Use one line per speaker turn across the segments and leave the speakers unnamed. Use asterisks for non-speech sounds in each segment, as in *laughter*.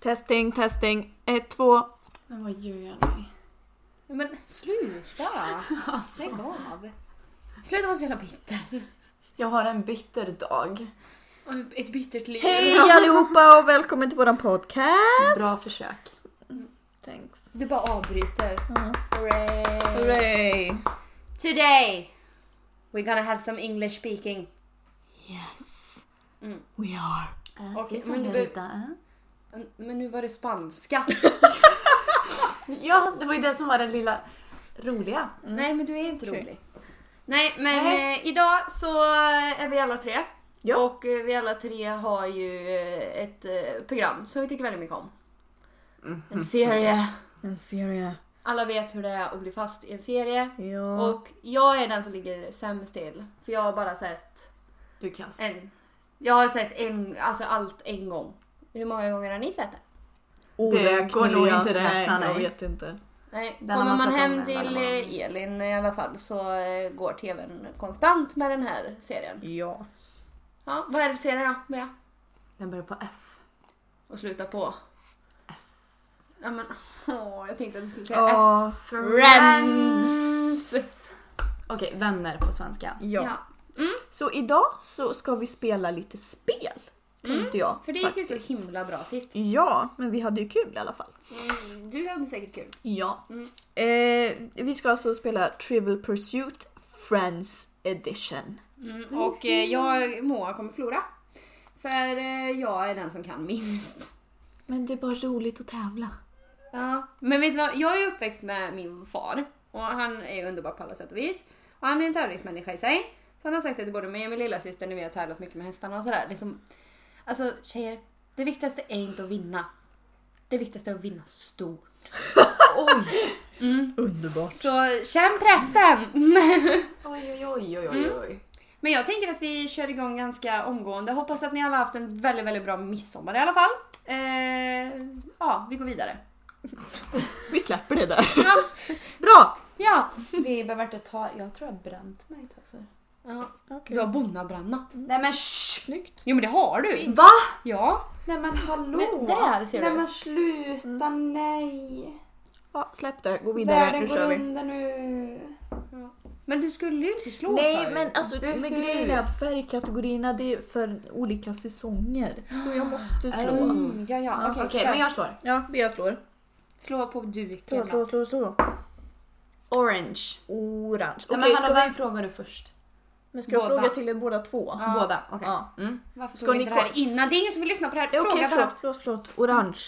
Testing, testing. Ett, två.
Men vad gör jag nu?
Men sluta! Lägg
Alltså,
av. Sluta vara så jävla bitter.
jag har en bitter dag.
Och Ett bittert liv.
Hej allihopa och välkommen till våran podcast.
Bra försök.
Thanks.
Du bara avbryter.
Ja.
Hooray.
Hooray.
Today we're gonna have some English speaking.
Yes.
Mm.
We are.
Okej, men du Mm, Men nu var det *laughs* spanska.
Ja, det var ju det som var den lilla roliga.
Nej men du är inte
Okej.
rolig. Nej men
Nej.
Eh, idag så eh, är vi alla tre.
Ja.
Och eh, vi alla tre har ju eh, ett eh, program som vi tycker väldigt mycket om. En serie.
En serie.
Alla vet hur det är att bli fast i en serie.
Ja.
Och jag är den som ligger sämst till. För jag har bara sett
Du är kass.
en. Jag har sett en, alltså allt en gång. Hur många gånger har ni sett det?
Det går nog
Oräkneliga.
inte räkna,
Nej, jag
nej.
vet inte.
Nej,
Den har
kommer
man
man,
sett om
hem
en
till
eller vad man-
eh, Elin i alla fall så eh, går tvn konstant med den här serien.
Ja.
Ja, vad är det för serie då, Bea?
Den börjar på F.
Och sluta på?
S.
Ja men, åh, jag tänkte att du skulle säga F.
Ja.
Friends.
Okej, vänner på svenska.
ja. Så idag så ska vi spela lite spel. Tänkte jag.
För det gick ju
faktiskt.
så himla bra sist.
Ja, men vi hade ju kul i alla fall.
Mm, Du hade säkert kul.
Ja. Eh, vi ska alltså spela Trivial Pursuit Friends Edition.
Mm, och eh, jag, Moa kommer förlora. För eh, jag är den som kan minst.
Men det är bara roligt att tävla.
Ja. Men vet du vad, jag är uppväxt med min far. Och han är ju underbar på alla sätt och vis. Och han är en tävlingsmänniska i sig. Så han har sagt det till både mig och min lillasyster när vi har tävlat mycket med hästarna och sådär. Liksom, alltså tjejer, det viktigaste är inte att vinna. Det viktigaste är att vinna stort.
Oj!
Underbart.
Så känn *laughs* pressen!
Oj, oj, oj, oj, oj. oj.
Men jag tänker att vi kör igång ganska omgående. Hoppas att ni alla har haft en väldigt, väldigt bra midsommar i alla fall. Eh, ja, vi går vidare.
Vi släpper det där.
Ja,
Bra!
ja.
Vi behöver inte ta... Jag tror jag bränt mig. Tassar.
Mm. ja.
Okay.
Du har bonnabränna.
Nej men shh!
Snyggt.
Jo men det har du!
Va?
Ja.
Nej men hallå!
Men där ser
nej
du. Mm.
men sluta, nej!
Ja, släpp det, gå vidare, nu
Världen
kör
går
vi.
under nu.
Men du skulle ju inte slå sa
Nej
du.
men alltså men
Buhu.
grejen är att färgkategorierna det är för olika säsonger. Så jag måste slå.
Mm, ja, ja. Okej, kör.
jag slår.
Ja, Bea slår.
Slå på duken
Slå,
då.
slå, slå, slå.
Orange.
Orange.
Nej,
Okej,
men
ska,
hallå, vem frågar du först?
men ska jag
Båda.
fråga till er båda två?
Ja.
Båda? Okej.
Ja.
Mm.
Varför
Ska
tog vi
ni
inte det här
kort?
innan? Det är ingen som vill lyssna på det här. Fråga
Okej, förlåt,
*laughs* bara.
förlåt, förlåt. Orange.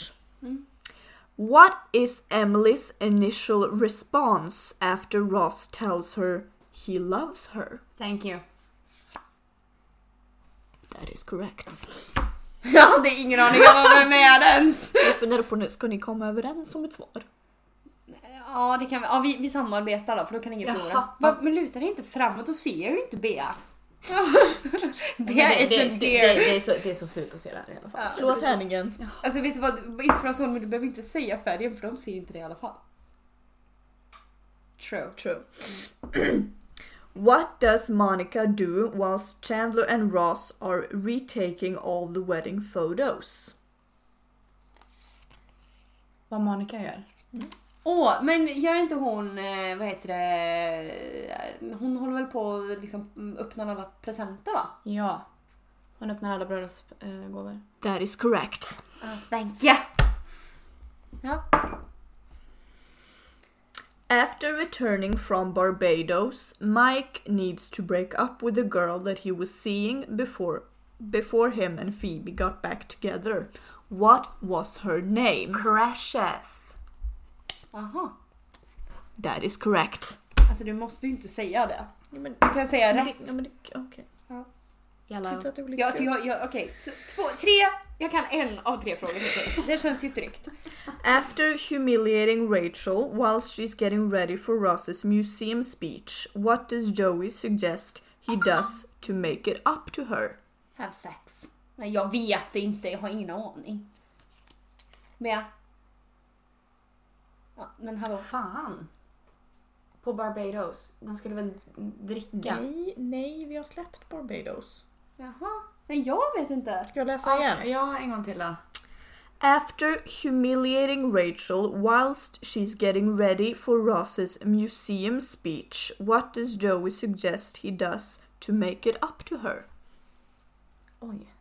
What is Emilys initial response after Ross tells her he loves her?
Thank you.
That is correct.
Jag hade ingen aning om vad jag med ens.
Jag funderar på nu, ska ni komma överens om ett svar?
Ja, det kan vi. Ja, vi, vi samarbetar då, för då kan ingen
Jaha.
förlora. Va, men luta dig inte framåt, då ser jag ju inte Bea. *laughs* Bea
det, det,
isn't
det, det,
here.
det, är så, det är så fult att se det här i alla fall.
Ja.
Slå tärningen.
Alltså vet du vad, inte för att vara men du behöver inte säga färgen för de ser ju inte det i alla fall. True.
True. *clears throat* What does Monica do whilst Chandler and Ross are retaking all the wedding photos?
Vad Monica gör?
Åh, men gör inte hon, eh, vad heter det, hon håller väl på och liksom mm, öppnar alla presenter va?
Ja. Hon öppnar alla bröllopsgåvor.
That is correct.
Thank you! Ja.
After returning from Barbados, Mike needs to break up with the girl that he was seeing before before him and Phoebe got back together. What was her name?
Crashes.
Aha.
That is correct.
Alltså du måste ju inte säga det.
Ja, men-
Du kan säga rätt.
ja, men det- Okej. Jag
Yellow.
tyckte att det var lite
Ja, så
kul.
jag, jag, okej. Så Två, tre. Jag kan en av tre frågor hittills. Det känns ju tryggt.
After humiliating Rachel whilst she's getting ready for Ross's museum speech, what does Joey suggest he does to make it up to her?
Have sex. Nej, jag vet inte. Jag har ingen aning. Bea? Ja, men hallå.
Fan. På Barbados. De skulle väl dricka?
Nej, nej, vi har släppt Barbados.
Jaha. Nej, jag vet inte.
Ska jag läsa
Ja, ja, en gång till då.
Ah, After humiliating Rachel whilst she's getting ready for Ross's museum speech, what does Joey suggest he does to make it up to her?
Oj.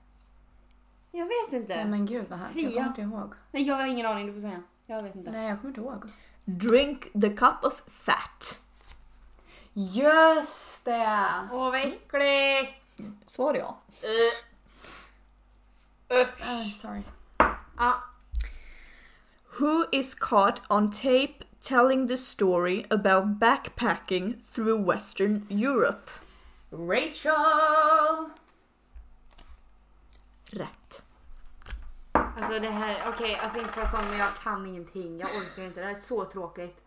Jag vet
Nej
inte.
men gud vad hemskt. Jag
Fia.
kommer inte ihåg.
Nej, jag har ingen aning. Du får säga. Jag vet inte.
Nej jag kommer inte ihåg.
Drink the cup of fat.
Just det!
Åh, vad äckligt!
Svar ja.
Uh, sorry.
Ja,
Who is caught on tape telling the story about backpacking through Western Europe?
Rachel!
Rätt.
alltså det här, okej, alltså inte för att sån, men jag kan ingenting. Jag orkar inte. Det här är så tråkigt.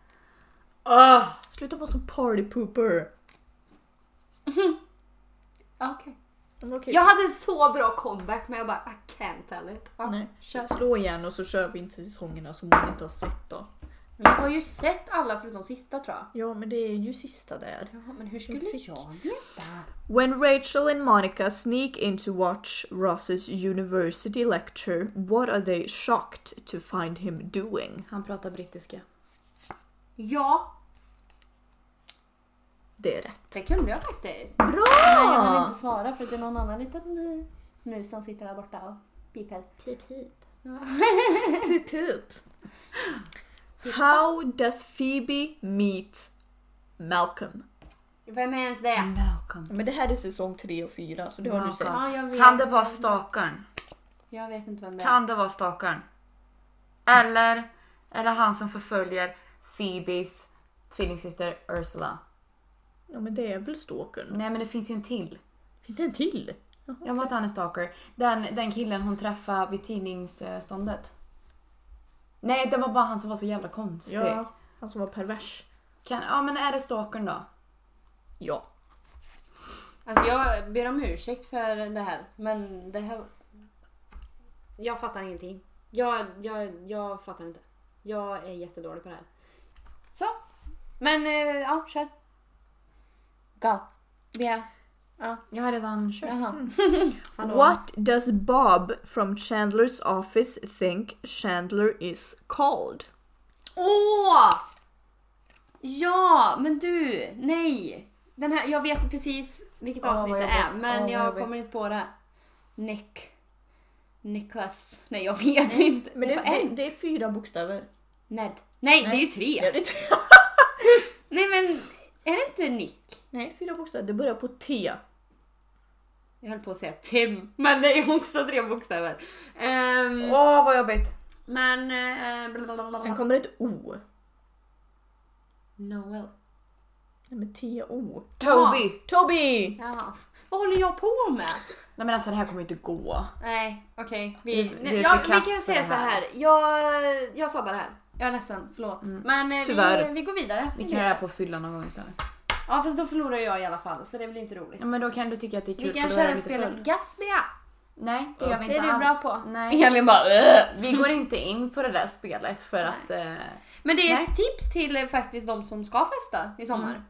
Åh!
Sluta vara så party pooper.
Okej.
Men okej.
Jag hade en så bra comeback men jag bara I can't tell it. Ja,
Nej.
kör.
Slå igen och så kör vi inte säsongerna som man inte har sett då.
Men jag har ju sett alla förutom sista tror jag.
Ja, men det är ju sista där.
Ja, men hur skulle jag veta?
When Rachel and Monica sneak in to watch Ross's university lecture, what are they shocked to find him doing?
Han pratar brittiska.
Ja,
Det är rätt.
det kunde jag faktiskt. Men jag vill
Bra!
inte svara för att det är någon annan liten eh, mus som sitter där borta och piper.
Pip pip.
How does Phoebe meet Malcolm?
Vem är ens det?
Malcolm.
Men det här är säsong 3 och 4 så det har du
Malcolm.
sett.
Ja, jag vet.
Kan det vara stalkern?
Jag vet inte vem det är.
Kan det vara stalkern? Eller är det han som förföljer Phoebes tvillingsyster Ursula?
Ja men det är väl stalkern?
Nej men det finns ju en till.
Finns det en till?
Jag var att han är stalker. Den, den killen hon träffade vid tidningsståndet. Nej det var bara han som var så jävla konstig.
Ja, han som var pervers.
Kan, ja men är det stalkern då?
Ja.
Alltså jag ber om ursäkt för det här men det här... Jag fattar ingenting. Jag, jag, jag fattar inte. Jag är jättedålig på det här. Så. Men eh, ja, kör. Go. Ja. Ja,
Jag har redan kört.
jaha.
What does Bob from Chandler's office think Chandler is called?
Åh! Ja, men du! Nej! Den här, jag vet precis vilket
Åh,
avsnitt
vad
det är,
jobbigt.
men
Åh, vad
jag
jobbigt.
kommer inte på det. Nick. Niklas. Nej, jag vet inte.
Men det,
det var
det,
en.
det är fyra bokstäver.
Ned. Nej, det är ju tre.
Ja, det är-
Nej men, är det inte Nick?
*laughs* Nej, fyra bokstäver. Det börjar på T.
Jag höll på att säga Tim, men det är också tre bokstäver. Ehm,
Åh vad jobbigt.
Men... eh, blablabla.
Sen kommer ett O.
Noel.
Nej men T-O.
Toby.
Toby!
Ja. Vad håller jag på med?
Nej men alltså det här kommer inte gå.
Nej, okej. Vi,
Vi-
nej,
vi
jag, vi
förkastar
kan säga
det
så
här.
här. Jag, jag sabbar det här. Jag är ledsen, förlåt. Men eh,
Tyvärr.
vi, vi går vidare.
Vi kan göra det här på fyllan någon gång istället.
Ja fast då förlorar jag i alla fall, så det blir inte roligt.
Ja men då kan du tycka att det är Mm. kul
Vi kan
för då är jag
köra
lite full.
spelet Gaspia.
Nej det gör vi
Det
inte
är du bra
alls.
på. *laughs*
Nej.
Elin bara "Åh."
Vi går inte in på det där spelet för att... Eh,
Men det är
Nej.
ett tips till eh, faktiskt de som ska festa i sommar.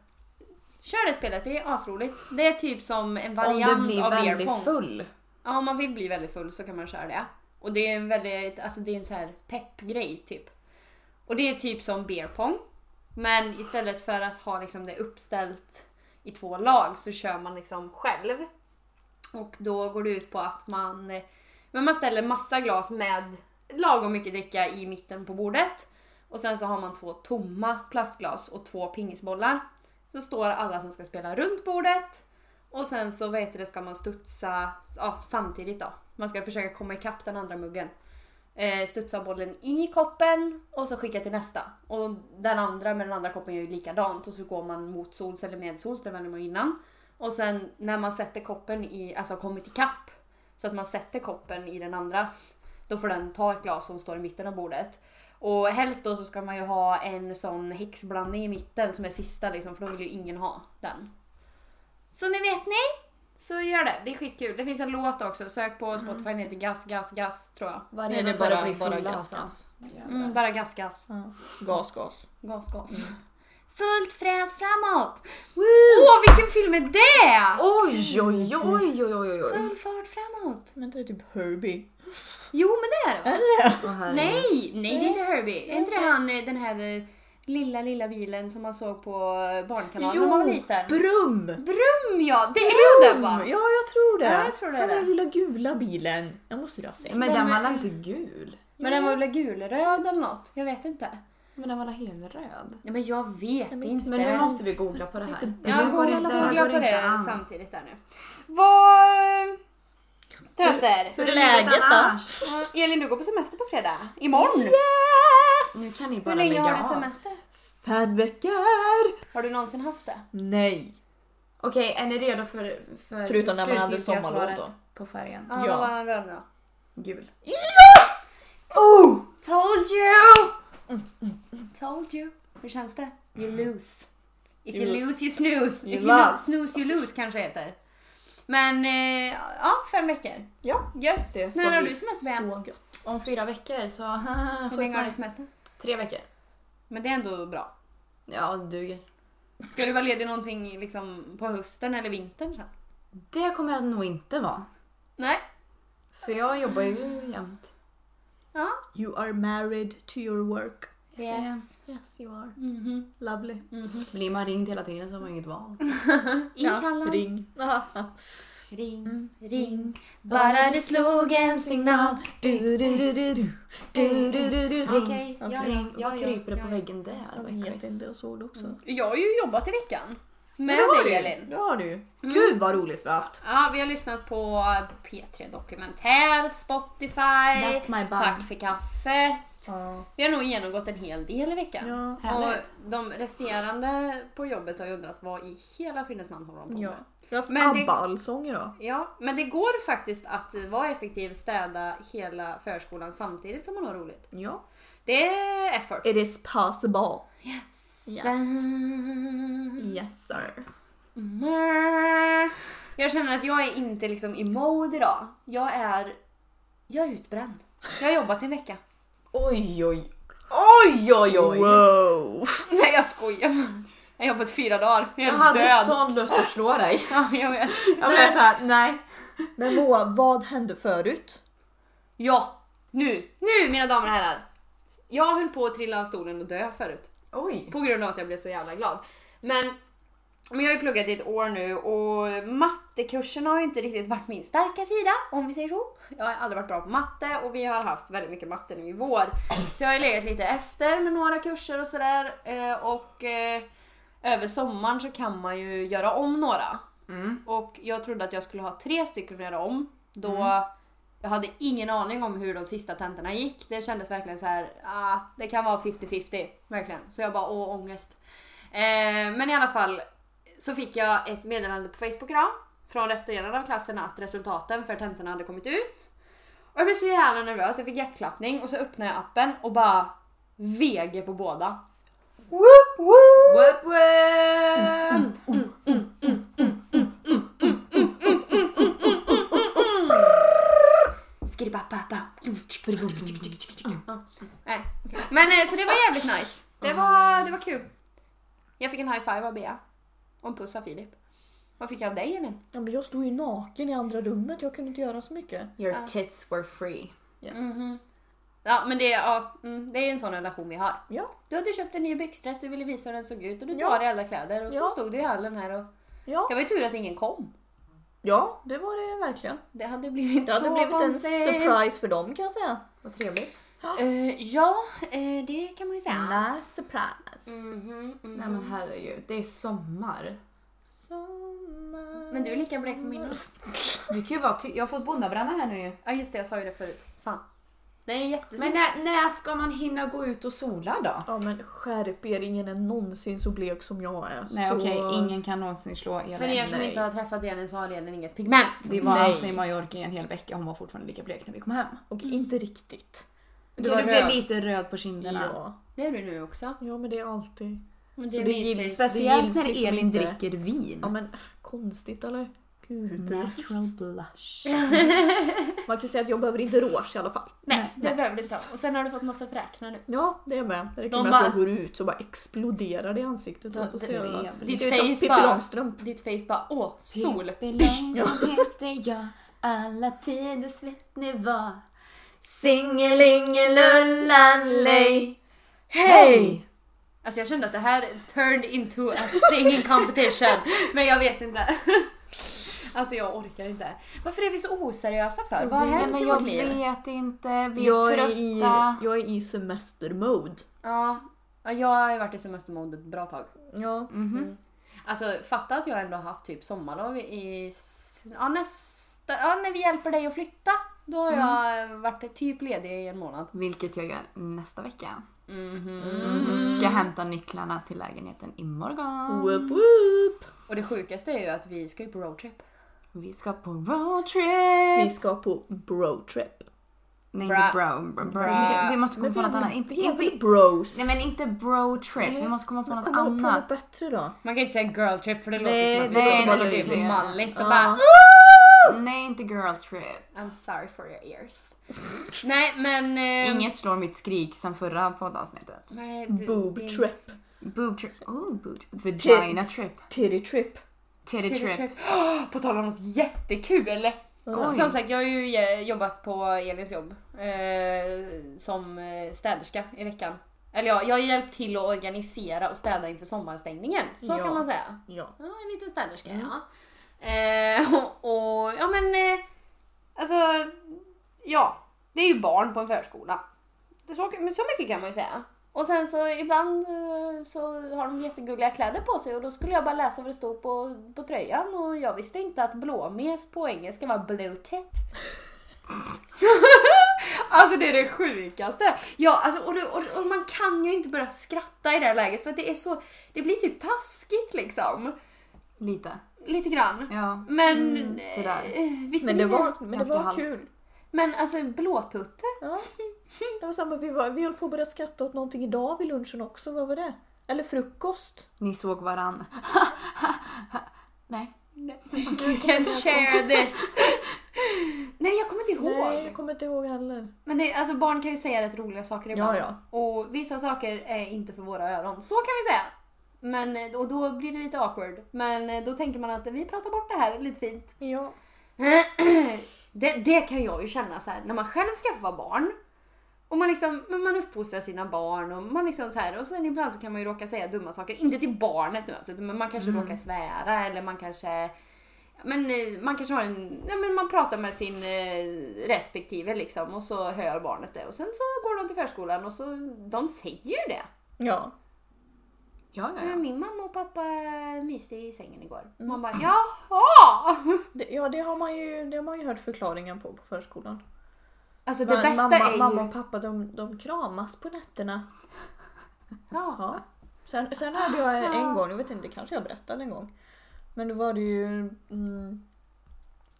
Kör det spelet, det är asroligt. Det är typ som en
om
variant
du blir
av beer
väldigt
pong.
full.
Ja, om man vill bli väldigt full så kan man köra det. Och det är en väldigt, alltså det är en så här peppgrej typ. Och det är typ som beer pong. Men istället för att ha liksom det uppställt i två lag så kör man liksom själv. Och då går det ut på att man, eh, men man ställer massa glas med lagom mycket dricka i mitten på bordet. Och sen så har man två tomma plastglas och två pingisbollar. Så står alla som ska spela runt bordet. Och sen så vad heter det, ska man studsa ja, samtidigt då. Man ska försöka komma ikapp den andra muggen. Eh, studsa bollen i koppen och så skicka till nästa. Och den andra med den andra koppen gör ju likadant och så går man mot sols eller med sols, det vände man innan. Och sen när man sätter koppen i, alltså har kommit ikapp, så att man sätter koppen i den andras, då får den ta ett glas som står i mitten av bordet. Och helst då så ska man ju ha en sån häxblandning i mitten som är sista liksom, för då vill ju ingen ha den. Så nu vet ni! Så gör det, det är skitkul. Det finns en låt också, sök på Spotify, den heter Gas, Gas, Gas tror jag.
Varje
Nej, det är
för att
bara,
bli
bara
fulla,
gas,
alltså.
gas.
Mm, bara gas, gas.
Ja. Gas, gas.
Gas, gas. Fullt fräs framåt!
Woo!
Åh, vilken film är det?
Oj, oj, oj, oj, oj, oj.
Full fart framåt.
Vänta, det är typ Herbie.
Jo, men det är det va?
Åh, herregud.
Nej, nej det är inte Herbie. Är inte det han eh, den här eh, lilla, lilla bilen som man såg på eh, Barnkanalen när man var liten?
Brum!
Brum ja, det är den
Brum!
va?
Ja, jag tror det.
Ja, jag tror det är
Han den
det.
lilla gula bilen. Jag måste ju ha sett.
Men
Nej,
den var
men-
väl inte gul?
Men den var väl gulröd eller något? Jag vet inte.
Men den var väl helröd?
Nej men jag vet
men
inte.
Men nu måste vi googla på det här.
inte-
Det
Ja,
här
Jag
går
googlar
inte,
på
här
googla
går
på
inte
det
an.
samtidigt där nu. Vad... Töser!
Hur är läget då?
annars?
Elin, du går på semester på fredag. Imorgon!
Nu kan ni bara
Hur länge
lägga
har du
av.
semester?
Fem veckor!
Har du någonsin haft det?
Nej.
Okej, är ni redo för, för
Förutom när man hade
slutgiltiga
sommarlov
svaret
då.
på färgen?
Ja,
Ja.
vad var den röda då?
Gul.
Oh!
Told you!
Mm,
Told you. Hur känns det? You lose. If you,
You-
lose you snooze.
you
If you lo-
lost.
snooze you lose kanske det heter. Men eh, ja, fem veckor.
Ja,
Gött.
det ska
När har
bli
du semester? Bea?
Så gött.
Om fyra veckor så... *laughs*
Hur länge har du semester?
Tre veckor.
Men det är ändå bra.
Ja, det duger.
Ska du vara ledig någonting liksom på hösten eller vintern sen?
Det kommer jag nog inte vara.
Nej.
För jag jobbar ju jämt.
Ja.
You are married to your work.
Yes.
Yes you are.
Mm.
Mhm.
Lovely.
Blir man ringd hela tiden så har man inget val.
Inkallad. *laughs* ring.
ring.
ring, Bara det slog en signal.
Du, du, du, du, du. Du, du, du, du.
Okej, ja,
Okej.
ja,
Ring.
ja,
Vad
ja,
kryper det
ja,
på
ja.
väggen där?
Jag
Vad äckligt.
vet inte, jag såg det också.
Jag har ju jobbat i veckan. Med
det
dig
har du
Mm. Elin. Mm.
ju. Det har du ju. Gud vad roligt vi har haft.
Ja, vi har lyssnat på P3 Dokumentär, Spotify,
That's my bum.
Tack för kaffet.
Ja.
Vi har nog genomgått en hel del i veckan.
Ja.
Och
Härligt.
de resterande på jobbet har ju undrat vad i hela fyndens namn håller de på
ja.
med?
Vi har haft
Men det-
ABBA-allsång idag.
Ja, men det går faktiskt att vara effektiv, städa hela förskolan samtidigt som man har roligt.
Ja.
Det är effort.
It is possible. Ja.
Dun.
Yes sir.
Mm. Jag känner att jag är inte liksom i mode idag. Jag är... Jag är utbränd. Jag har jobbat i en vecka. *laughs*
Oj, oj. Oj, oj, oj!
Wow!
Nej, jag skojar bara. Jag har jobbat fyra dagar. Jag är
Jag hade
död.
sån lust att slå dig.
*laughs* Ja, jag vet.
Jag blev såhär, nej.
Men Moa, vad hände förut?
Ja, nu! Nu mina damer och herrar! Jag höll på att trilla av stolen och dö förut.
Oj.
På grund av att jag blev så jävla glad. Men, men jag har ju pluggat i ett år nu och mattekurserna har ju inte riktigt varit min starka sida, om vi säger så. Jag har aldrig varit bra på matte och vi har haft väldigt mycket matte nu i vår. Så jag har ju legat lite efter med några kurser och sådär. eh, Och eh, över sommaren så kan man ju göra om några.
Mm.
Och jag trodde att jag skulle ha tre stycken att göra om. Då Jag hade ingen aning om hur de sista tentorna gick. Det kändes verkligen så här, ah, det kan vara 50-50. Verkligen. Så jag bara, åh ångest. Eh, men i alla fall så fick jag ett meddelande på Facebook idag från resterande av klassen att resultaten för tentorna hade kommit ut. Och jag blev så jävla nervös, jag fick hjärtklappning och så öppnade jag appen och bara VG på båda.
Woop, woop.
Wup, wup.
Skribababa. Nej, okej. Men eh, så det var jävligt nice. Det var, det var kul. Jag fick en high five av Bea. Och en puss av Filip. Vad fick jag av dig Elin?
Ja, men jag stod ju naken i andra rummet, jag kunde inte göra så mycket.
Your tits were free.
Yes.
Ja men det, ja, mm, det är en sån relation vi har.
Ja,
Du hade köpt en ny byxdress, du ville visa hur den såg ut och du
Ja.
tar i alla kläder och så
Ja.
stod du i hallen här och...
ja,
Jag var ju tur att ingen kom.
ja, det var det verkligen.
Det hade blivit
Det hade
så
blivit en
konstigt.
surprise för dem kan jag säga.
Vad trevligt.
Eh, ja, eh, det kan man ju säga.
Nice surprise.
Mhm, mhm.
Nej men herregud, det är sommar.
Sommar,
Men du är lika blek som innan.
Det kan ju vara ty- jag har fått bondabränna här nu ju.
Ja just det, jag sa ju det förut. Fan. Det är jättesnyggt.
Men när, när ska man hinna gå ut och sola då?
Ja men skärp er, ingen är någonsin så blek som jag är.
Nej
så...
okej, ingen kan någonsin slå
För er
Elin.
som
nej.
inte har träffat Elin så har Elin inget pigment.
Vi var
Nej.
alltså i Mallorca i en hel vecka hon var fortfarande lika blek när vi kom hem.
Och inte riktigt.
Du,
var
du blev
röd.
lite röd på kinderna.
Ja.
Det är du nu också.
ja, men det är alltid.
Men
Så
är
det
mysigt.
gills-
Speciellt
gills
när
liksom
Elin
inte.
dricker vin.
Ja men konstigt eller? Hud.
Natural blush.
Man kan säga att jag behöver inte rouge i alla fall.
Nej, det behöver du inte ha. Och sen har du fått massa fräknar nu.
Ja, det är med. Det räcker
De
med att jag
bara-
går ut så bara exploderar det i ansiktet. Och så
Det-
ser
det
jag
är väl-
det
Ditt
ser ut som
face
Pippi
bara-
Långstrump.
Ditt face bara åh, sol.
Pippi Långstrump heter jag, alla tiders vet ni vad.
Singelingelullanlej. Hej!
Alltså jag kände att det här turned into a singing competition. men jag vet inte. *laughs* Alltså jag orkar inte. Varför är vi så oseriösa för? Vad har
Nej,
hänt
men
i
jag
vårt liv?
vet inte, vi är
Jag är,
trötta.
i, jag är i semestermode.
Ja, ja, jag har ju varit i semestermode ett bra tag.
Ja.
Alltså fatta att jag ändå har haft typ sommarlov i... s- Ja, nästa, ja när vi hjälper dig att flytta. Då har jag varit typ ledig i en månad.
Vilket jag gör nästa vecka.
Mhm.
Mm.
Ska hämta nycklarna till lägenheten imorgon.
Whoop, whoop.
Och det sjukaste är ju att vi ska ju på roadtrip.
Vi ska på roadtrip!
Vi ska på brotrip.
Nej,
Bra.
inte bro. bro, bro.
Bra.
Inte- Vi måste komma på
vi
något
har
annat.
väl-
Inte,
vi har
inte,
väl bros. Eh,
nej, men inte bro-trip. Vi måste komma på något
Kom på
annat.
något bättre då.
Man kan inte säga girltrip för det
Nej,
låter som att vi
nej,
ska
det
på
låter
typ
så.
Mallis och
Ja. Ah.
bara
Nej, inte girl-trip.
I'm sorry for your ears. nej men... eh,
Inget slår mitt skrik sen förra poddavsnittet.
Nej, du,
Boob
din
trip.
s-
Boob-trip. Oh, boob Vagina-trip.
Titty trip.
Titty
Teddy-trip.
trip. Ah, På tal om något jättekul!
Oj.
Som sagt, jag har ju eh, jobbat på Elins jobb eh, som eh, städerska i veckan. Eller ja, jag har hjälpt till att organisera och städa inför sommarstängningen. Så
Ja.
kan man säga.
Ja.
Ja, en liten städerska ja. Eh, och, och ja men eh, alltså ja, det är ju barn på en förskola. Det är så, men så mycket kan man ju säga. Och sen så ibland eh, så har de jättegulliga kläder på sig och då skulle jag bara läsa vad det stod på, på tröjan och jag visste inte att blåmes på engelska var blue tit. *laughs* Alltså det är det sjukaste! Ja, alltså, och, det, och, och man kan ju inte börja skratta i det här läget för att det är så, det blir typ taskigt liksom.
Lite.
Lite grann.
Ja.
Men
sådär.
eh, visst
Mm, Men det var, men det
Ganska
var
halvt.
kul.
Men alltså blåtutte?
Ja. Det var samma, vi, var, vi höll på att börja skratta åt någonting idag vid lunchen också. Vad var det? Eller frukost.
Ni såg varann. *laughs* Nej.
You can share this! *laughs* Nej jag kommer inte ihåg.
Nej, jag kommer inte ihåg heller.
Men det, alltså barn kan ju säga rätt roliga saker ibland.
Ja, ja.
Och vissa saker är inte för våra öron. Så kan vi säga. Men, eh, och då blir det lite awkward. Men eh, då tänker man att vi pratar bort det här lite fint.
Ja.
*clears throat* det, det kan jag ju känna så här när man själv skaffar barn och man, liksom, men man uppfostrar sina barn och man liksom så här och sen ibland så kan man ju råka säga dumma saker, inte till barnet nu alltså, utan men man kanske
Mm.
råkar svära eller man kanske men eh, man kanske har en, ja, men man pratar med sin eh, respektive liksom och så hör barnet det och sen så går de till förskolan och så de säger ju det.
Ja.
Ja, ja,
Ja.
ja.
Min mamma och pappa myste i sängen igår. Man
Mm.
bara
*laughs*
jaha!
Det, ja, det har, man ju, det har man ju hört förklaringen på på förskolan.
Alltså det
Men
bästa
mamma,
är ju...
mamma och pappa de, de kramas på nätterna.
Ja.
Ja. Sen, sen hade jag en gång, jag vet inte, kanske jag berättade en gång. Men då var det ju... Mm,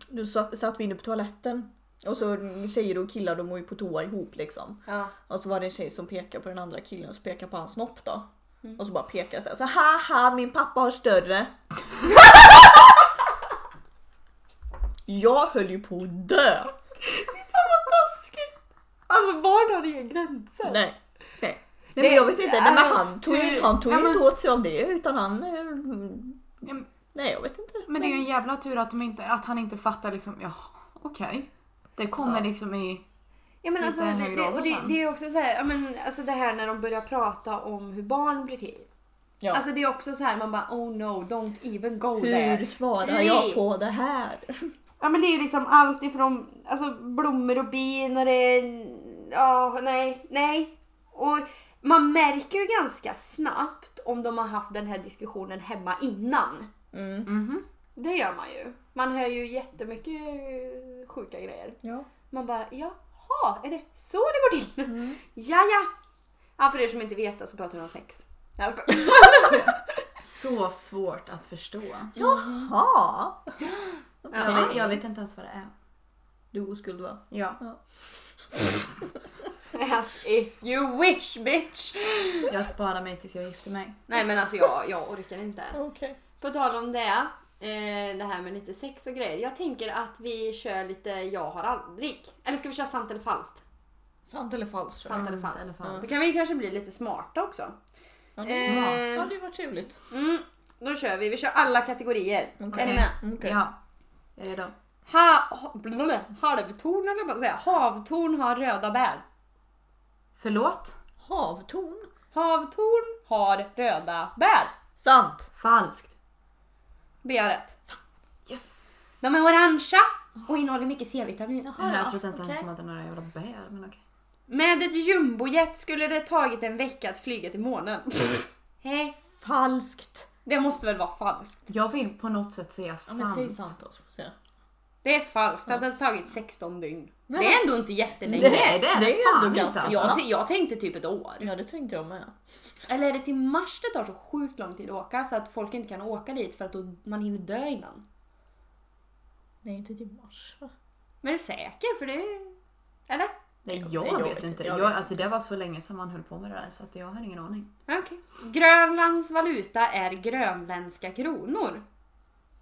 då satt, satt vi inne på toaletten. Och så tjejer och killar de går ju på toa ihop liksom.
Ja.
Och så var det en tjej som pekade på den andra killen och så pekade på hans snopp då. Och så bara pekade jag så här, haha min pappa har större. *laughs* jag höll ju på att dö.
Fan vad taskigt! Alltså barn har inga gränser.
Nej. Nej. Nej,
Det-
men jag vet inte, nej, men
äh,
han tog,
tur-
ju- han tog
ja,
ju
men-
inte åt sig av det utan han... eh, mm,
men-
Nej jag vet inte.
Men det är ju en jävla tur att, de inte, att han inte fattar liksom, ja, okej. Det kommer liksom i...
Ja, men
Lite
alltså, det, det,
högre
och det,
ålder
det är också så här, ja, men, alltså det här när de börjar prata om hur barn blir till.
Ja.
Alltså det är också så här man bara oh no don't even go
Hur
there.
svarar
Please.
jag på det här?
Ja men det är ju liksom allt ifrån alltså, blommor och bin och det ja nej, nej. Och man märker ju ganska snabbt om de har haft den här diskussionen hemma innan.
Mm.
Mhm.
Det gör man ju. Man hör ju jättemycket sjuka grejer.
Ja.
Man bara, jaha, är det så det går till?
Mm.
*laughs* Ja, ja. Ja, för er som inte vet så pratar vi om sex. Nej, Jag
*laughs*
skojar.
Så svårt att förstå.
Jaha!
Ja.
Jag vet inte ens vad det är.
Du är oskuld va?
Ja,
As if you wish bitch!
jag sparar mig tills jag gifter mig.
Nej men alltså jag, jag orkar inte.
Okej.
På tal om det. eh, det här med lite sex och grejer. Jag tänker att vi kör lite jag har aldrig. Eller ska vi köra sant eller falskt?
Sant eller falskt? tror jag.
*laughs* Sant eller falskt.
eller falskt.
Då kan vi kanske bli lite smarta också.
Ja, det
Eh,
hade ju varit trevligt.
mm, då kör vi. Vi kör alla kategorier.
Okej.
Är ni med?
Okej.
Ja. Jag är redo.
Ha, ha, blablabla, halvtorn eller vad säga. Havtorn har röda bär.
Förlåt?
Havtorn?
Havtorn har röda bär.
Sant.
Falskt.
Bea har rätt.
Yes.
De är orangea och innehåller mycket C-vitamin.
Nej, jag trodde inte ens de hade några jävla bär, men okej.
Med ett jumbojet skulle det tagit en vecka att flyga till månen.
*laughs*
Hej.
Falskt.
Det måste väl vara falskt?
Jag vill på något sätt säga
Ja,
sant.
men säg sant Mm. då så får vi se.
Det är falskt att det har tagit 16 dygn.
Nej.
Det är ändå inte jättelänge.
Nej, det är
Det är
fan
ändå
inte,
ganska
alltså.
Jag, t- jag tänkte typ ett år.
Ja det tänkte jag med.
Eller är det till mars det tar så sjukt lång tid att åka så att folk inte kan åka dit för att då man hinner dö innan?
Nej inte till mars va?
Men är du säker? För det... är- Eller?
Nej, jag,
jag
vet
vet
inte.
inte.
Jag,
Jag vet
alltså, det var så länge sedan man höll på med det där så att jag har ingen aning.
Ja, Ah, Okej. Grönlands valuta är grönländska kronor.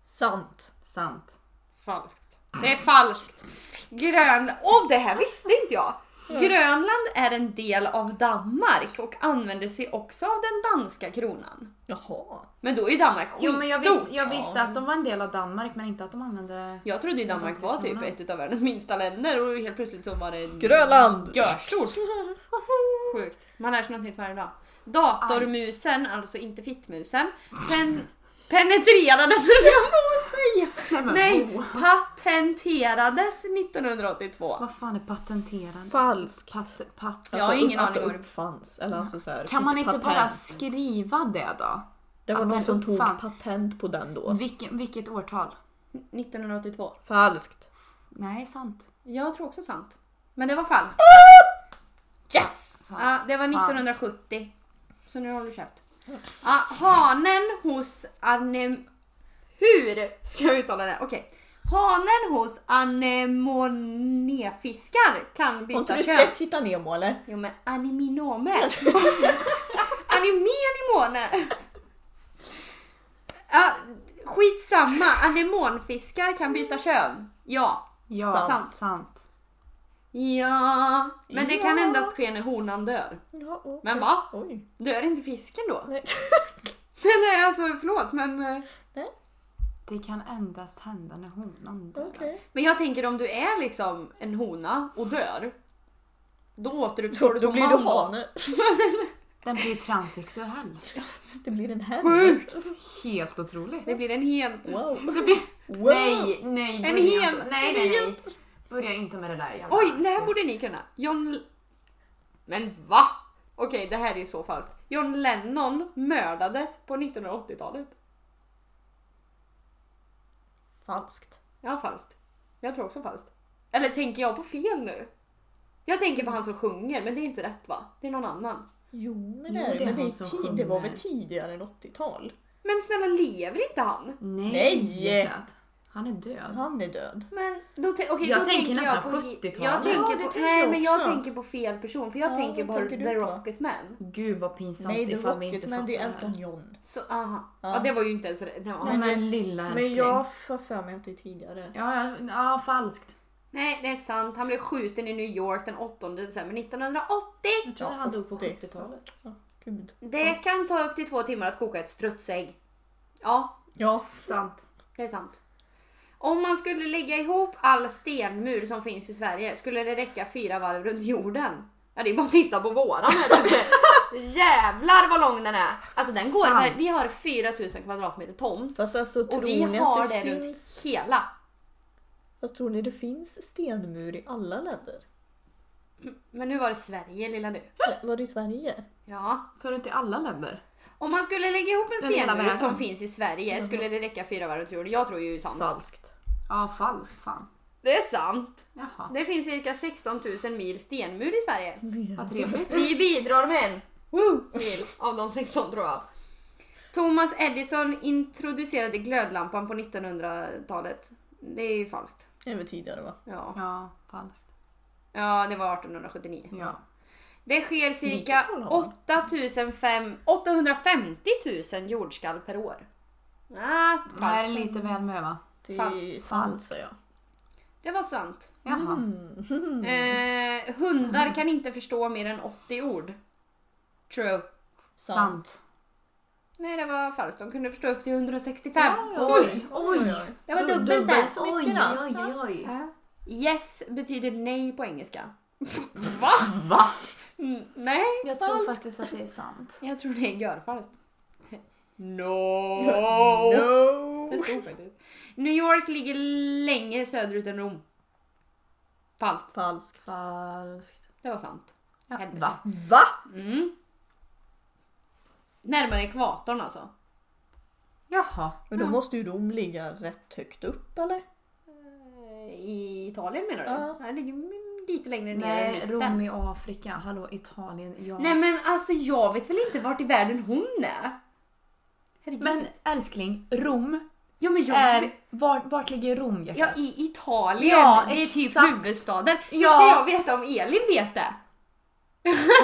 Sant.
Sant.
Falskt. Det är falskt. Grön... Åh, det här visste inte jag! Grönland är en del av Danmark och använder sig också av den danska kronan.
Jaha.
Men då är ju Danmark skitstort.
Jo, men jag, vis, jag
ja.
visste att de var en del av Danmark men inte att de använde...
Jag trodde ju
Den
Danmark
danska
var typ
kronan.
ett av världens minsta länder och helt plötsligt så var det...
Grönland!
Görstort! *laughs* Sjukt. Man lär sig något nytt varje dag. Datormusen, alltså inte fittmusen, pen penetrerades, *laughs* höll jag på att säga!
men,
Nej,
wow.
patenterades 1982.
Vad fan är patenterad?
Falskt.
Pat, pat,
Jag har ingen
alltså,
aning om det.
uppfanns. Eller alltså så här,
Kan man
fick
inte bara
patent.
skriva det då?
Det var
att
någon
den
som tog
uppfann-
patent på den då.
Vilken, vilket årtal?
1982.
Falskt.
Nej, sant.
Jag tror också sant. Men det var falskt.
Yes!
Ja, det var 1970. Så nu har du köpt. Ja, hanen hos anem... Hur ska jag uttala det? Okej. Hanen hos anemonefiskar kan
Har inte
byta
du
kön.
sett Hitta Nemo *laughs* eller?
Jo men animinome. *laughs* Animenimone. Ja, skitsamma. Anemonfiskar kan byta kön. Ja.
Ja,
Sant.
sant. sant.
Ja. Men det kan
Ja.
endast ske när honan dör.
Ja, oh.
Men va?
Oj.
Dör inte fisken då?
*laughs* Nej.
Nej alltså förlåt men... eh,
Det kan endast hända när honan dör.
Okej.
Men jag tänker om du är liksom en hona och dör. Då återuppstår
Då,
du som
blir du
man då.
hane.
Den blir transsexuell.
*laughs* Det blir en hen.
Sjukt!
Helt otroligt.
Det blir en hel...
Wow.
Det blir...
wow.
Nej, nej,
En
börja
hel-
inte- Nej, nej, nej. Börja inte med det där jävla-
Oj, det här borde ni kunna. John... L- Men va? Okej, det här är ju så falskt. John Lennon mördades på 1980-talet.
Falskt.
Ja, falskt. Jag tror också falskt. Eller tänker jag på fel nu? Jag tänker på han som sjunger, men det är inte rätt va? Det är någon annan.
Jo men det,
Jo,
är
det
det,
är
men det,
han
är
som
tid, det var
sjunger.
väl tidigare än 80-tal?
Men snälla, lever inte han?
Nej!
Nej.
hjärtat. Han är död.
Han är död.
Men då, te- okej,
Jag
då
tänker nästan
jag på,
70-talet.
Jag
Ja,
tänker
det
på,
tänker
nej,
jag
men jag
också.
tänker på fel person för jag
Ja,
tänker
vad
på
tänker du
The
på?
Rocketman.
Gud vad pinsamt
Nej det är
ifall vi inte
rockigt men det är
fattar
Elton John.
Så, aha. Ja.
Ja.
det var ju inte ens rätt. det var-
här. Nej
Nej.
Nej.
men lilla älskling.
Men jag har för mig att det är tidigare.
Ja, ja, ja, falskt.
det är sant. Han blev skjuten i New York den 8 december 1980.
Jag trodde
Ja,
han dog på
80.
70-talet.
Ja, gud.
Det kan ta upp till två timmar att koka ett strutsägg. Ja,
Ja,
Sant.
det är sant. Om man skulle lägga ihop all stenmur som finns i Sverige skulle det räcka fyra varv runt jorden. Ja det är bara att titta på våran här ute. Jävlar vad lång den är! Alltså den går,
Sant.
vi har 4000 kvadratmeter tomt
fast alltså tror
och vi
ni
har
att
det
det
runt
finns...
hela.
Fast tror ni det finns stenmur i alla länder?
Men nu var det Sverige lilla du.
Var det i Sverige?
Ja.
Så är det till alla länder?
Om man skulle lägga ihop en
Den lilla
stenmur
världen.
som finns i Sverige skulle det räcka fyra varv runt jorden. Jag tror ju sant.
Falskt.
Ja, falskt fan.
Det är sant!
Jaha.
Det finns cirka 16 000 mil stenmur i Sverige.
Vad trevligt.
Vi bidrar med en.
Woo!
mil av de 16 tror jag. Thomas Edison introducerade glödlampan på 1900-talet. Det är ju falskt.
Det är väl tidigare va?
Ja,
Ja, falskt.
ja det var 1879.
Ja.
Det sker cirka
Lite kolla.
8500 850 000 jordskalv per år. Ah,
Det här är
falskt.
lite väl mycket va?
Det är
Falskt.
sant säger jag.
Det var sant.
Jaha.
Mm. Eh, hundar kan inte förstå mer än 80 ord. True.
Sant.
Sant.
Nej, det var falskt. De kunde förstå upp till 165.
Ja, ja.
Oj, oj.
Det var
Du-
dubbelt
dubbelt
där.
så mycket då.
oj.
Ja. Yes betyder nej på
*laughs*
engelska. Va?
Va?
Mm, nej,
Jag tror faktiskt att det är sant.
jag tror det är görfalskt. No. *laughs* Det
No!
stod faktiskt. New York ligger längre söderut än Rom. Falskt.
Falskt.
Falskt.
Det var sant.
Ja.
Helvete.
Va?
Va?
Mm. Närmare ekvatorn alltså.
Jaha.
Men då måste ju Rom ligga rätt högt upp eller?
I Italien menar du?
Ja.
Den ligger mm, lite längre ner än
Nej,
mitten.
Rom i Afrika. Hallå, Italien. Ja.
Nej men alltså jag vet väl inte vart i världen hon är? Herregud.
Men älskling, Rom
ja, men jag
är... Vart, vart ligger Rom,
Ja,
hjärtat?
i Italien.
Ja,
det är typ
exakt.
huvudstaden. Hur
Ja.
ska jag veta om Elin vet det?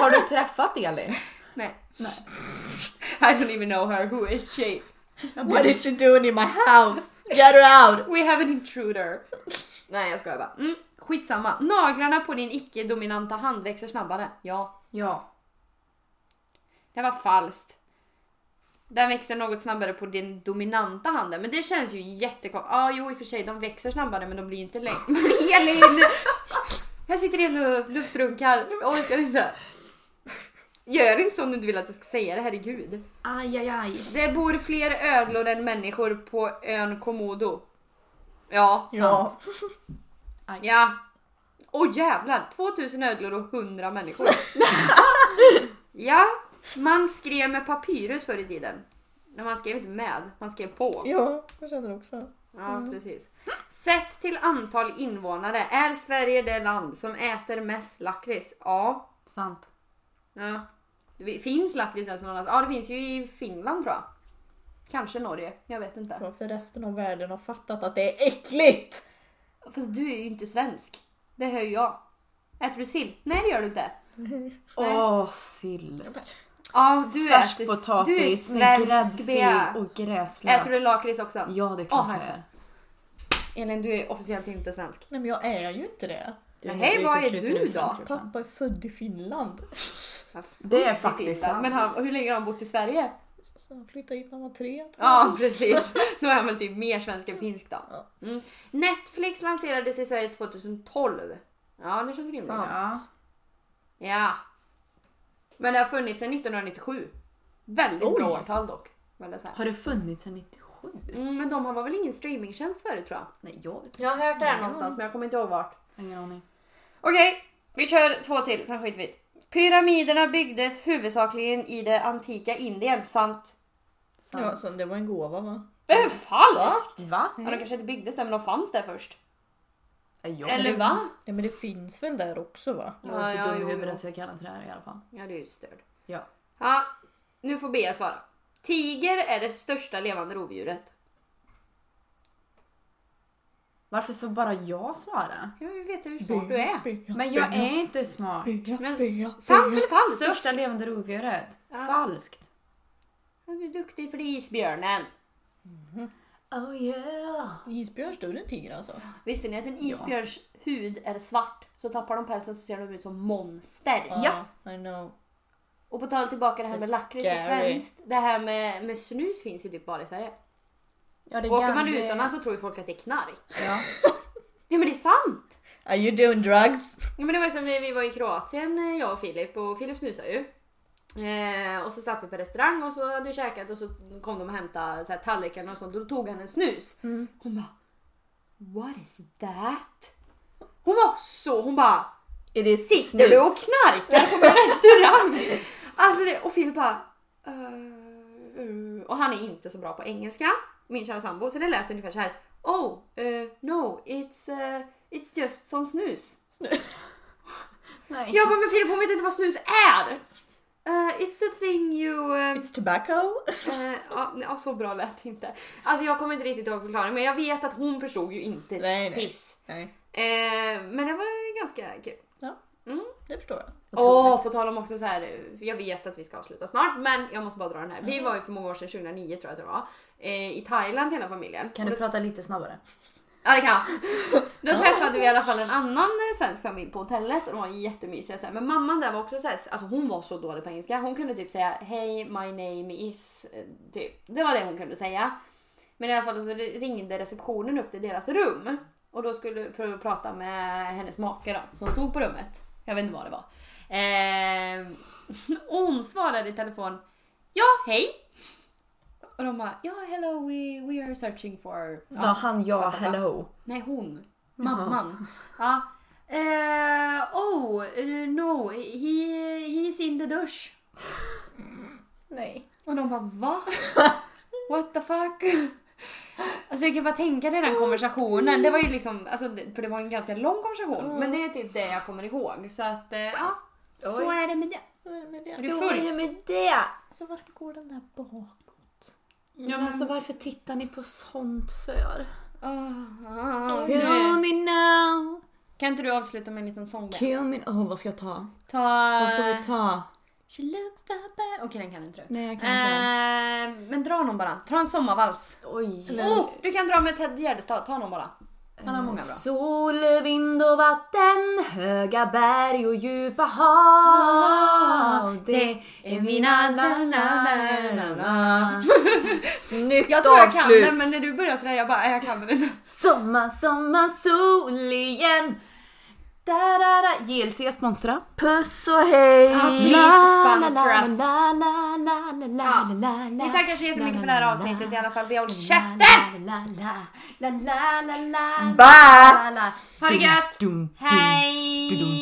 Har du träffat Elin?
Nej.
Nej.
*laughs* I don't even know her. Who is she?
What is she doing in my house? Get her out!
We have an intruder. Nej, jag skojar bara. Mm, skitsamma. Naglarna på din icke-dominanta hand växer snabbare. Ja,
Ja.
det var falskt. Den växer något snabbare på den dominanta handen, men det känns ju jättekonstigt. Ja, ah, jo i och för sig, de växer snabbare men *laughs* de blir ju inte längre. Men Elin! Jag sitter helt och luftrungar. Jag orkar inte. Gör inte så om du inte vill att jag ska säga det, herregud.
Aj, aj, aj.
Det bor fler ödlor än människor på ön Komodo. Ja,
Ja.
Ja. Åh jävlar, 2000 ödlor och 100 människor. ja, man skrev med papyrus förr i tiden. Men man skrev inte med, man skrev på.
Ja, jag känner också.
Ja, precis. Sett till antal invånare, är Sverige det land som äter mest lakrits? Ja.
Sant.
ja. Det Finns lakrits ens någon annanstans? Ja, det finns ju i Finland tror jag. Kanske Norge, jag vet inte.
För- För resten av världen har fattat att det är äckligt!
Fast du är ju inte svensk. Det hör ju jag. Äter du sill? Nej, det gör du inte. Nej.
Åh, sill.
Ja, du
Färsk
äter
potatis
du
med
är svensk
gräddfil
Bea.
och gräslök.
Äter du lakrits också?
Ja, det är klart
Åh,
jag
här.
gör.
Elin, du är officiellt inte svensk.
Nej men jag är ju inte det.
Du
Nej,
är
vad är
utesluten
du
ur
då?
Friendsgruppen.
Pappa är född i Finland.
Det är
I
faktiskt
Finland.
sant.
Men han, hur länge har han bott i Sverige?
Så han flyttade hit när han var tre.
*laughs*
Ja, precis. Då är han väl typ mer svensk än finsk då.
Ja.
Mm. Netflix lanserades i Sverige 2012. Ja, det känns rimligt.
Sant.
Ja.
Ja. Men det har funnits sedan 1997. Väldigt bra
Oj.
årtal dock. vill jag säga.
Har det funnits sedan 97?
Mm, men de har väl ingen streamingtjänst förut tror jag.
Nej, jag vet inte.
Jag har hört det här någonstans men jag kommer inte ihåg vart.
Ingen aning.
Okej, vi kör två till, sen skiter vi i det. Pyramiderna byggdes huvudsakligen i det antika Indien samt...
Sant.
Ja, så det var en gåva va?
Det är falskt!
Va?
Ja, de kanske inte byggdes där, men de fanns där först.
Nej, Jag
Eller va?
Nej men det finns väl där också va?
Jag är
Ja,
så
ja,
dum i
jo,
huvudet
jo.
så jag kan inte det här i alla fall.
Ja, det är ju störd.
Ja.
Ja, nu får Bea svara. Tiger är det största levande rovdjuret.
Varför så bara jag svara?
Jag vill veta hur smart du är.
Bea,
Men jag
Bea,
är inte smart.
Bea,
Men
Bea,
sant
Bea.
eller falskt?
Största levande rovdjuret. Falskt.
Ja, Du är duktig för det är isbjörnen.
Oh yeah.
Isbjörn större än tiger alltså?
Visste ni att en isbjörns hud är svart? Så tappar de pälsen så ser de ut som monster.
I know.
Och på tal tillbaka det här
Det
med
är
lakrits och
scary.
svenskt. Det här med, med snus finns ju typ bara i Sverige.
Ja, det
Åker man
det-
utomlands så tror ju folk att det är knark.
Ja.
Ja men det är sant!
Are you doing drugs?
Ja, men det var ju som vi, vi var i Kroatien, eh, jag och Filip, och Filip snusar ju. Eh, och så satt vi på restaurang och så hade vi käkat och så kom de och hämtade så här, tallrikarna och sånt och då tog han en snus.
Mm.
Hon bara What is that? Hon var så, hon bara
It is
Sitter du och knarkar på min
*laughs*
restaurang? Alltså det, och Filip bara... eh, eh, och han är inte så bra på engelska, min kära sambo, så det lät ungefär så här. Oh, eh, no, it's, eh, it's just som snus.
Nej.
Jag bara, men Filip hon vet inte vad snus är! Eh, it's a thing you... eh,
It's tobacco?
eh, ja, nej, ja, så bra lät det inte. Alltså jag kommer inte riktigt ihåg förklaringen, men jag vet att hon förstod ju inte
Nej, nej.
piss.
Nej.
Eh, men det var ju ganska kul.
Ja.
Mm.
det förstår jag.
Åh, på tal om också så här, jag vet att vi ska avsluta snart men jag måste bara dra den här. Vi var ju för många år sedan, 2009 tror jag att det var, eh, i Thailand hela familjen.
Kan
Och
du
då,
prata lite snabbare?
ja det kan jag. Då träffade vi i alla fall en annan eh, svensk familj på hotellet och de var jättemysiga. Så här. Men mamman där var också så här, alltså hon var så dålig på engelska. Hon kunde typ säga Hej my name is, eh, typ. Det var det hon kunde säga. Men i alla fall så ringde receptionen upp till deras rum. Och då skulle, för att prata med hennes make då, som stod på rummet. Jag vet inte vad det var. Ehm, *laughs* och hon svarade i telefon. Ja, hej! Och de bara, ja hello we, we are searching for...
Sa
Ja,
han ja,
pappa.
hello?
Nej, hon. Mamman. Ja. Eh, oh, eh, no, he, he is in the dusch.
Nej.
Och de bara
*laughs*
va? What the fuck? Alltså jag kan bara tänka dig den konversationen. Det var ju liksom, alltså, det- för det var en ganska lång konversation. Men det är typ det jag kommer ihåg. Så att eh, ja, så
Oj.
är det med det.
Vad är det med det?
Är du full?
med det?
Alltså varför går den där bakåt?
Ja, men-
alltså, varför tittar ni på sånt för?
Ah, ah, ah.
Kill me now!
Kan inte du avsluta med en liten sång där?
Kill me... Oh, vad ska jag ta?
Ta...
Vad ska
Eh,
vi ta?
She looks the best. Okej, den kan inte du.
Nej, jag kan inte den.
Eh, men dra någon bara. Dra en sommarvals.
Oj.
Eller-
Oh, du kan dra med Ted Gärdestad. Ta någon bara. Han har många bra.
Sol, vind och vatten, höga berg och djupa hav. Det är mina la la la la la.
Snyggt
Jag tror jag kan
avslut!
den, men när du börjar sådär, jag bara, nej, jag kan den inte.
Sommar, sommar, sol igen. Da, da, da. JLC sponsra.
Puss och hej!
Ja, please sponsor us. Vi tackar så jättemycket för det här avsnittet i alla fall. Vi håller käften!
käften!
Bye!
Ha det gött! Hej!